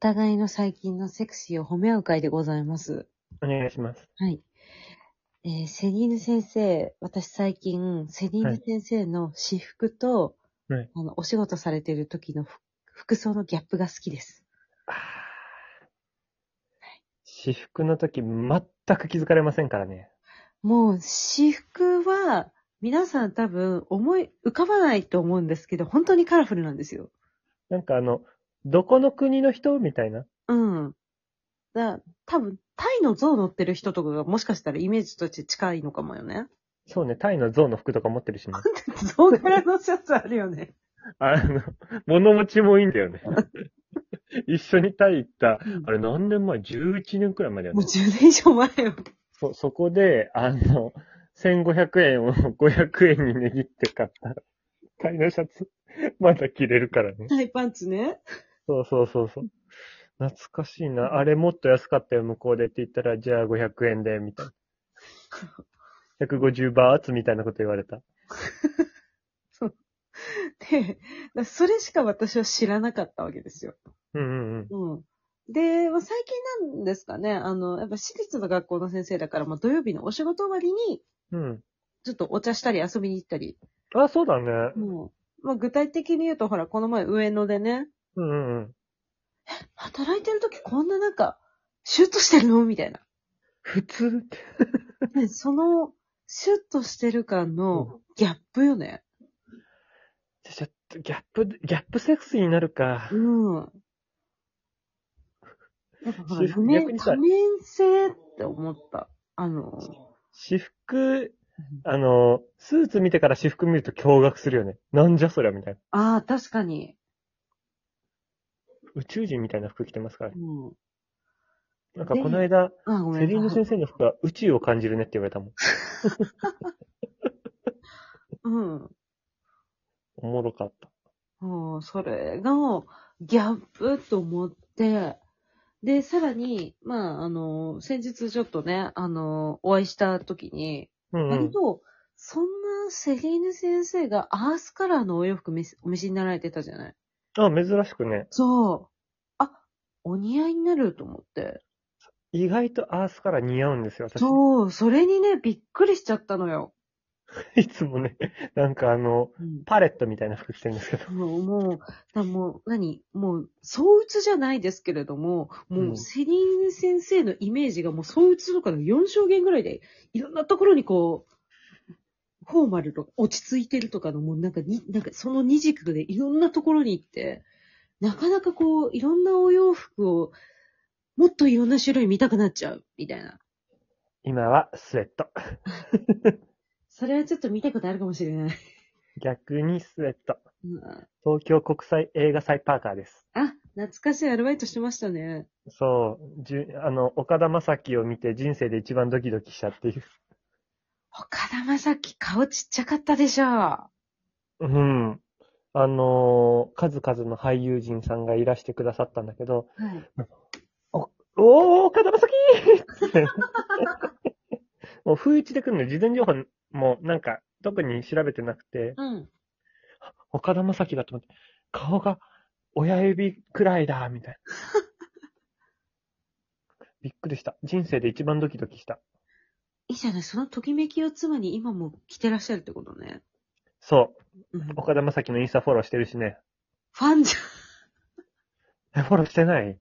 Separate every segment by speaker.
Speaker 1: 互いの最近のセクシーを褒め合う会でございます。
Speaker 2: お願いします。
Speaker 1: はい。えーセリーヌ先生、私最近、セリー
Speaker 2: は
Speaker 1: ヌ
Speaker 2: い
Speaker 1: 先生の私服と、
Speaker 2: はい
Speaker 1: あの、お仕事されてる時の服服装のギャップが好きです。
Speaker 2: あー私服の時、全く気づかれませんからね。
Speaker 1: もう、私服は、皆さん多分、思い、浮かばないと思うんですけど、本当にカラフルなんですよ。
Speaker 2: なんかあの、どこの国の人みたいな。
Speaker 1: うん。だ、多分、タイの像乗ってる人とかがもしかしたらイメージとして近いのかもよね。
Speaker 2: そうね、タイの象の服とか持ってるしね。
Speaker 1: 象柄のシャツあるよね。
Speaker 2: あの、物持ちもいいんだよね。 一緒にタイ行った、あ
Speaker 1: も
Speaker 2: れ何年前 ?11 年くらい前だよ
Speaker 1: う
Speaker 2: ね。
Speaker 1: 10年以上前よ。
Speaker 2: そ、そこで、あの、1500円を500円に値切って買った。タイのシャツ、まだ着れるからね。
Speaker 1: タイパンツね。
Speaker 2: そうそうそうそう。懐かしいな。あれもっと安かったよ、向こうでって言ったら、じゃあ500円で、みたいな。150バーツみたいなこと言われた。
Speaker 1: で、だそれしか私は知らなかったわけですよ。
Speaker 2: うんうんう
Speaker 1: う
Speaker 2: ん。
Speaker 1: ん。で、まあ、最近なんですかね、あの、やっぱ私立の学校の先生だから、まあ、土曜日のお仕事終わりに、
Speaker 2: うん。
Speaker 1: ちょっとお茶したり遊びに行ったり。
Speaker 2: あ、そうだね。
Speaker 1: もう、まあ、具体的に言うと、ほら、この前上野でね、
Speaker 2: うんうんうん。
Speaker 1: 働いてる時こんななんか、シュッとしてるのみた いな。
Speaker 2: 普通って。
Speaker 1: ねその、シュッとしてる感のギャップよね。
Speaker 2: じゃちょっと、ギャップ、ギャップセックスになるか。
Speaker 1: うん。やっぱほら、多
Speaker 2: 逆
Speaker 1: 面
Speaker 2: にさ
Speaker 1: 多面性って思った。あの、
Speaker 2: 私服、あの、スーツ見てから私服見ると驚愕するよね。なんじゃそりゃ、みたいな。
Speaker 1: ああ、確かに。
Speaker 2: 宇宙人みたいな服着てますから。
Speaker 1: うん。
Speaker 2: なんかこの間、
Speaker 1: あごめん
Speaker 2: セリーヌ先生の服は宇宙を感じるねって言われたもん。
Speaker 1: うん。
Speaker 2: おもろかった。
Speaker 1: うん、それが、ギャップと思って、で、さらに、まあ、あの、先日ちょっとね、あの、お会いした時に、
Speaker 2: うん、う
Speaker 1: 割
Speaker 2: ん。
Speaker 1: と、そんなセリーヌ先生がアースカラーのお洋服めお召しになられてたじゃない
Speaker 2: あ、珍しくね。
Speaker 1: そう。あ、お似合いになると思って。
Speaker 2: 意外とアースから似合うんですよ、私。
Speaker 1: そう、それにね、びっくりしちゃったのよ。
Speaker 2: いつもね、 なんかあの、
Speaker 1: うん。
Speaker 2: パレットみたいな服着てるんですけど。
Speaker 1: もう、もう、だもう何もう、相打つじゃないですけれども、も
Speaker 2: う
Speaker 1: う、
Speaker 2: ん
Speaker 1: セリーヌ先生のイメージがもう、相打つとかの4証言ぐらいで、いろんなところにこう、フォーマルとか、落ち着いてるとかの、もうなんかに、なんかその二軸でいろんなところに行って、なかなかこう、いろんなお洋服を、もっといろんな種類見たくなっちゃう、みたいな。
Speaker 2: 今はスウェット。
Speaker 1: それはちょっと見たことあるかもしれない。
Speaker 2: 逆にスウェット。
Speaker 1: うん
Speaker 2: 東京国際映画祭パーカーです。
Speaker 1: あ、懐かしいアルバイトしてましたね。
Speaker 2: そう、じゅあの、岡田将生を見て人生で一番ドキドキしたっていう。
Speaker 1: 岡田将生顔ちっちゃかったでしょ。
Speaker 2: うん。あのー数々の俳優陣さんがいらしてくださったんだけど、
Speaker 1: はい。
Speaker 2: おー、岡田将生 ってもう、不意打ちで来るの、事前情報もなんか、特に調べてなくて、
Speaker 1: うん。
Speaker 2: 岡田将生だと思って、顔が親指くらいだ、みたいな。びっくりした。人生で一番ドキドキした。
Speaker 1: いいじゃない、そのときめきを妻に今も着てらっしゃるってことね。
Speaker 2: そ
Speaker 1: うん。
Speaker 2: う。岡田将生のインスタフォローしてるしね。
Speaker 1: ファンじ
Speaker 2: え、フォローしてない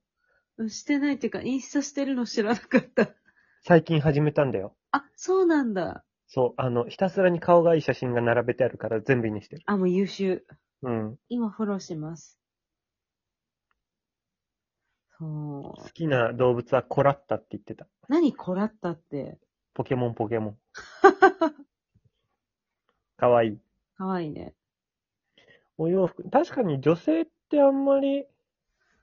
Speaker 1: ゃん、してないっていうか、インスタしてるの知らなかった。
Speaker 2: 最近始めたんだよ。
Speaker 1: あ、そうなんだ。
Speaker 2: そう。あの、ひたすらに顔がいい写真が並べてあるから全部にしてる。
Speaker 1: あ、もう優秀。
Speaker 2: うん。
Speaker 1: 今フォローします。そう
Speaker 2: 好。きな動物はコラッタって言ってた。
Speaker 1: 何こらったって。
Speaker 2: ポケモンポケモン。かわいい。
Speaker 1: かわいいね。
Speaker 2: お洋服、確かに女性ってあんまり、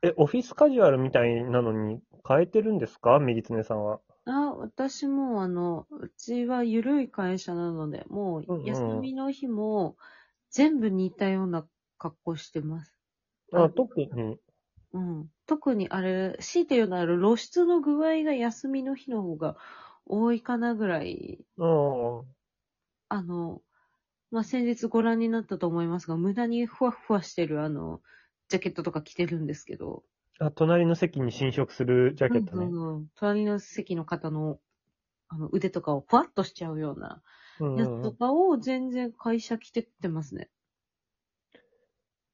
Speaker 2: え、オフィスカジュアルみたいなのに変えてるんですか右常さんは。
Speaker 1: あ、私もあの、うちは緩い会社なので、も
Speaker 2: うんう
Speaker 1: うん休みの日も全部似たような格好してます。
Speaker 2: あ、特に。
Speaker 1: うん。特にあれ、強いて言うなら露出の具合が休みの日の方が多いかなぐらい、
Speaker 2: うん。
Speaker 1: あの、まあ、先日ご覧になったと思いますが、無駄にふわふわしてるあの、ジャケットとか着てるんですけど、
Speaker 2: あ、隣の席に侵食するジャケット
Speaker 1: う
Speaker 2: ね。
Speaker 1: んうんうん隣の席の方の、あの、腕とかをふわっとしちゃうような
Speaker 2: うんう
Speaker 1: や
Speaker 2: ん
Speaker 1: つとかを全然会社着てってますね。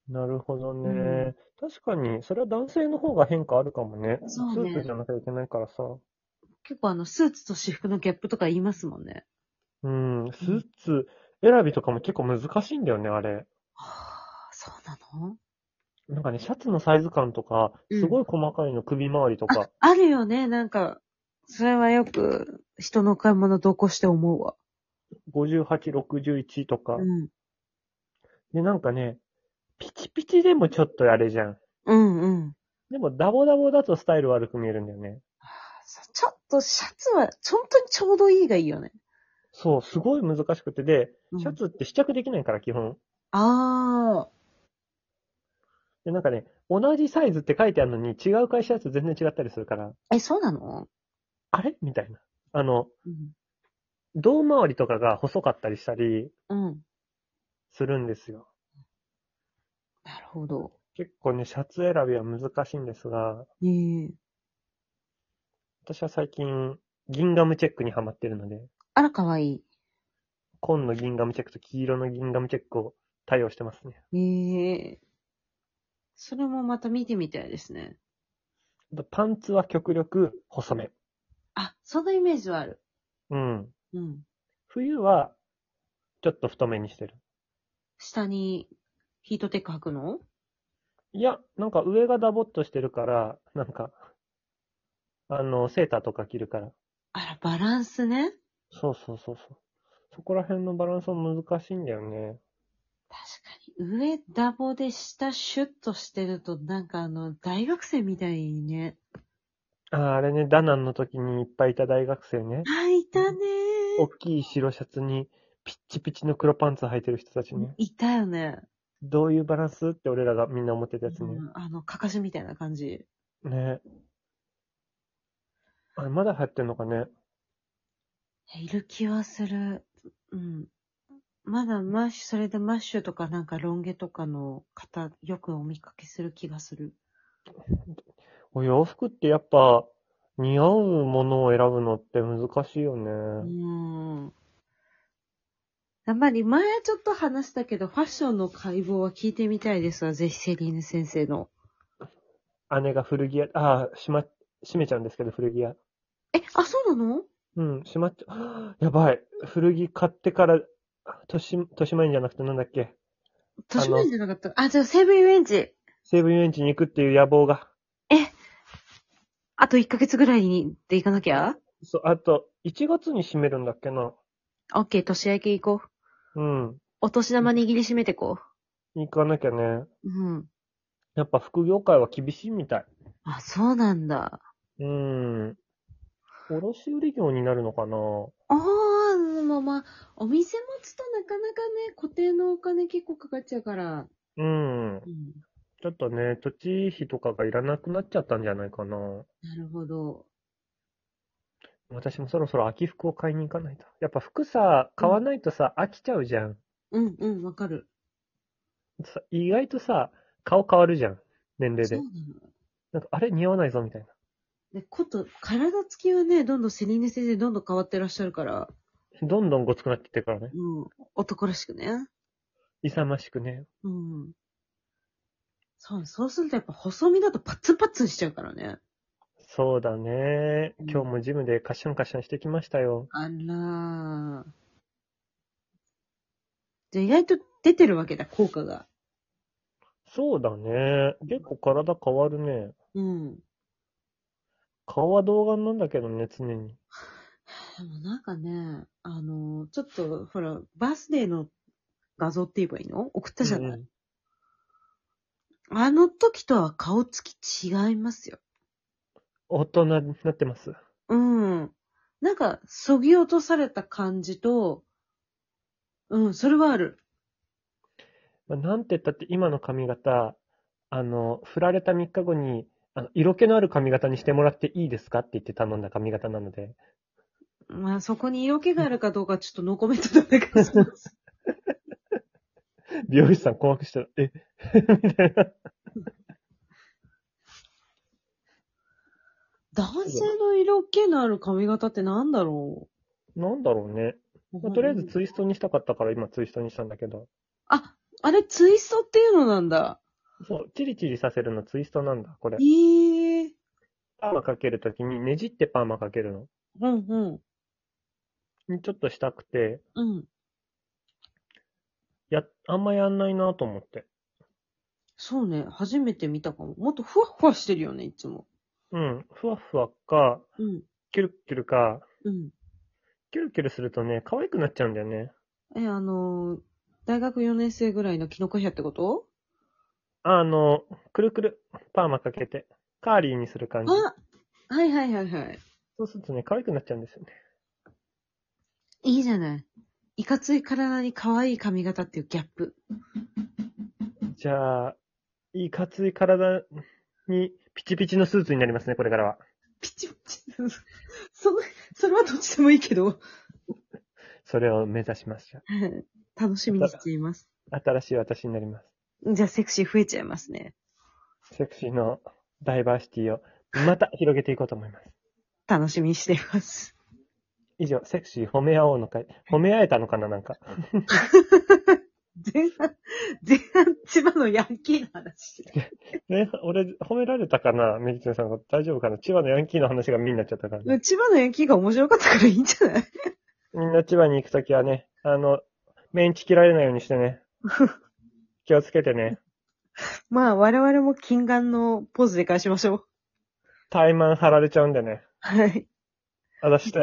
Speaker 2: なるほどね、
Speaker 1: う
Speaker 2: 確かに、それは男性の方が変化あるかもね。
Speaker 1: そうね
Speaker 2: スーツじゃなきゃいけないからさ。
Speaker 1: 結構あの、スーツと私服のギャップとか言いますもんね。
Speaker 2: うん、スーツ選びとかも結構難しいんだよね、あれ。
Speaker 1: はあ、そうなの
Speaker 2: なんかね、シャツのサイズ感とか、
Speaker 1: うん
Speaker 2: すごい細かいの、首周りと
Speaker 1: あ
Speaker 2: か。、
Speaker 1: あるよね、なんか。それはよく、人の買い物同行して思うわ。
Speaker 2: 58、61とか
Speaker 1: う。ん。
Speaker 2: で、なんかね、ピチピチでもちょっとあれじゃん。
Speaker 1: うんうん。
Speaker 2: でも、ダボダボだとスタイル悪く見えるんだよね。
Speaker 1: そうちょっと、シャツは、本当にちょうどいいがいいよね。
Speaker 2: そう、すごい難しくて、で、
Speaker 1: うん
Speaker 2: シャツって試着できないから、基本。
Speaker 1: ああ。
Speaker 2: で、なんかね、同じサイズって書いてあるのに、違う会社のやつ全然違ったりするから、
Speaker 1: え、そうなの
Speaker 2: あれみたいな。あの、
Speaker 1: うん。
Speaker 2: 胴回りとかが細かったりしたり
Speaker 1: うん。
Speaker 2: するんですよ。
Speaker 1: なるほど。
Speaker 2: 結構ね、シャツ選びは難しいんですが、
Speaker 1: ええ
Speaker 2: 私は最近、ギンガムチェックにハマってるので、
Speaker 1: あら、かわい
Speaker 2: 紺のギンガムチェックと黄色のギンガムチェックを対応してますね。
Speaker 1: い。ええそれもまた見てみたいですね。
Speaker 2: あとパンツは極力細め。
Speaker 1: あ、そのイメージはある。
Speaker 2: うん。
Speaker 1: うん。
Speaker 2: 冬は、ちょっと太めにしてる。
Speaker 1: 下に、ヒートテック履くの
Speaker 2: いや、なんか上がダボっとしてるから、なんか、あの、セーターとか着るから。
Speaker 1: あら、バランスね。
Speaker 2: そうそうそうそう。そこら辺のバランスも難しいんだよね。
Speaker 1: 確かに。上ダボで下シュッとしてると、なんかあの、大学生みたいにね。
Speaker 2: あーあれね、ダナンの時にいっぱいいた大学生ね。
Speaker 1: あ、いたね
Speaker 2: 大きい白シャツに、ピッチピチの黒パンツ履いてる人たちね。
Speaker 1: いたよね。
Speaker 2: どういうバランスって俺らがみんな思ってたやつね。
Speaker 1: うんあの、かかしみたいな感じ。
Speaker 2: ねあれ、まだ流行ってんのかね。
Speaker 1: いる気はする。うん。まだマッシュ、それでマッシュとかなんかロン毛とかの方、よくお見かけする気がする。
Speaker 2: お洋服ってやっぱ、似合うものを選ぶのって難しいよ
Speaker 1: う
Speaker 2: ね。
Speaker 1: ーん。あんまり前ちょっと話したけど、ファッションの解剖は聞いてみたいですわ。ぜひセリーヌ先生の。
Speaker 2: 姉が古着屋、ああ、しま、閉めちゃうんですけど、古着屋。
Speaker 1: え、あ、そうなの
Speaker 2: うん、 しまっちゃ、やばい。古着買ってから、年、年前じゃなくてなんだっけ。
Speaker 1: 年前じゃなかった。あ、じゃあセブンイレンジ。
Speaker 2: 西武遊園地に行くっていう野望が。
Speaker 1: あと1ヶ月ぐらいにで行かなきゃ
Speaker 2: そう、あと、1月に閉めるんだっけな。
Speaker 1: オッケー、年明け行こう。
Speaker 2: うん。
Speaker 1: お年玉握りしめてこ
Speaker 2: 行かなきゃね。
Speaker 1: う。うん。
Speaker 2: やっぱ副業界は厳しいみたい。
Speaker 1: あ、そうなんだ。
Speaker 2: うん。卸売業になるのかな
Speaker 1: ああ、でもまあ、お店持つとなかなかね、固定のお金結構かかっちゃうから。
Speaker 2: うん
Speaker 1: う。ん。
Speaker 2: ちょっとね、土地費とかがいらなくなっちゃったんじゃないかな。
Speaker 1: なるほど。
Speaker 2: 私もそろそろ秋服を買いに行かないと。やっぱ服さ、買わないとさ、飽きちゃうじゃん。
Speaker 1: うんうん、わかる。
Speaker 2: さ意外とさ、顔変わるじゃん。年齢
Speaker 1: そうな。
Speaker 2: で
Speaker 1: の。
Speaker 2: なんか、あれ似合わないぞ、みたいな。
Speaker 1: で、こと、体つきはね、どんどんセリーヌ先生どんどん変わってらっしゃるから、
Speaker 2: どんどんごつくなってってからね。
Speaker 1: うん、男らしくね。
Speaker 2: 勇ましくね。
Speaker 1: うん。そう、そうするとやっぱ細身だとパッツンパッツンしちゃうからね。
Speaker 2: そうだね。
Speaker 1: うん
Speaker 2: 今日もジムでカッションカッションしてきましたよ。
Speaker 1: あらー。じゃあ意外と出てるわけだ、効果が。
Speaker 2: そうだね。結構体変わるね。
Speaker 1: うん。
Speaker 2: 顔は動画なんだけどね、常に。
Speaker 1: でもなんかね、あの、ちょっと、ほら、バースデーの画像って言えばいいの送ったじゃない、
Speaker 2: うん
Speaker 1: あの時とは顔つき違いますよ。
Speaker 2: 大人になってます。
Speaker 1: うん。なんか、そぎ落とされた感じと、うん、それはある。
Speaker 2: まあなんて言ったって今の髪型、あの、振られた3日後に、あの、色気のある髪型にしてもらっていいですかって言って頼んだ髪型なので。
Speaker 1: まあ、そこに色気があるかどうかちょっとノーコメントだったけど。
Speaker 2: 美容師さん困惑してた。えみたいな。
Speaker 1: 男性の色気のある髪型ってなんだろ
Speaker 2: なんだろうね。
Speaker 1: う、
Speaker 2: まあとりあえずツイストにしたかったから今ツイストにしたんだけど。
Speaker 1: あ、あれツイストっていうのなんだ。
Speaker 2: そう、チリチリさせるのツイストなんだ、これ
Speaker 1: え。えー。
Speaker 2: パーマかけるときにねじってパーマかける
Speaker 1: うんうん。
Speaker 2: の。ちょっとしたくて、
Speaker 1: うん。
Speaker 2: や、あんまやんないなと思って。
Speaker 1: そうね。初めて見たかも。もっとふわふわしてるよね、いつも。
Speaker 2: うん。ふわふわか、
Speaker 1: うん。
Speaker 2: キュルキュルか、
Speaker 1: うん。
Speaker 2: キュルキュルするとね、可愛くなっちゃうんだよね。
Speaker 1: え、あのー大学4年生ぐらいのキノコヘアってこと
Speaker 2: あの、くるくる、パーマかけて、カーリーにする感じ。
Speaker 1: あはいはいはいはい。
Speaker 2: そうするとね、可愛くなっちゃうんですよね。
Speaker 1: いいじゃない。いかつい体に可愛い髪型っていうギャップ。
Speaker 2: じゃあ、いかつい体に、ピチピチのスーツになりますね、これからは。
Speaker 1: ピチピチ。そ、それはどっちでもいいけど。
Speaker 2: それを目指しましょう。
Speaker 1: 楽しみにしています。
Speaker 2: 新しい私になります。
Speaker 1: じゃあセクシー増えちゃいますね。
Speaker 2: セクシーのダイバーシティをまた広げていこうと思います。
Speaker 1: 楽しみにしています。
Speaker 2: 以上、セクシー褒め合おうの会。褒め合えたのかななんか。
Speaker 1: 前半、前半、千葉のヤンキーの話してる。
Speaker 2: ね、俺、褒められたかなメギツネさんが大丈夫かな千葉のヤンキーの話が見になっちゃったから、ね。
Speaker 1: 千葉のヤンキーが面白かったからいいんじゃない
Speaker 2: みんな千葉に行くときはね、あの、メンチ切られないようにしてね。気をつけてね。
Speaker 1: まあ、我々も近眼のポーズで返しましょう。
Speaker 2: 怠慢張られちゃうんでね。
Speaker 1: はい。
Speaker 2: あだして。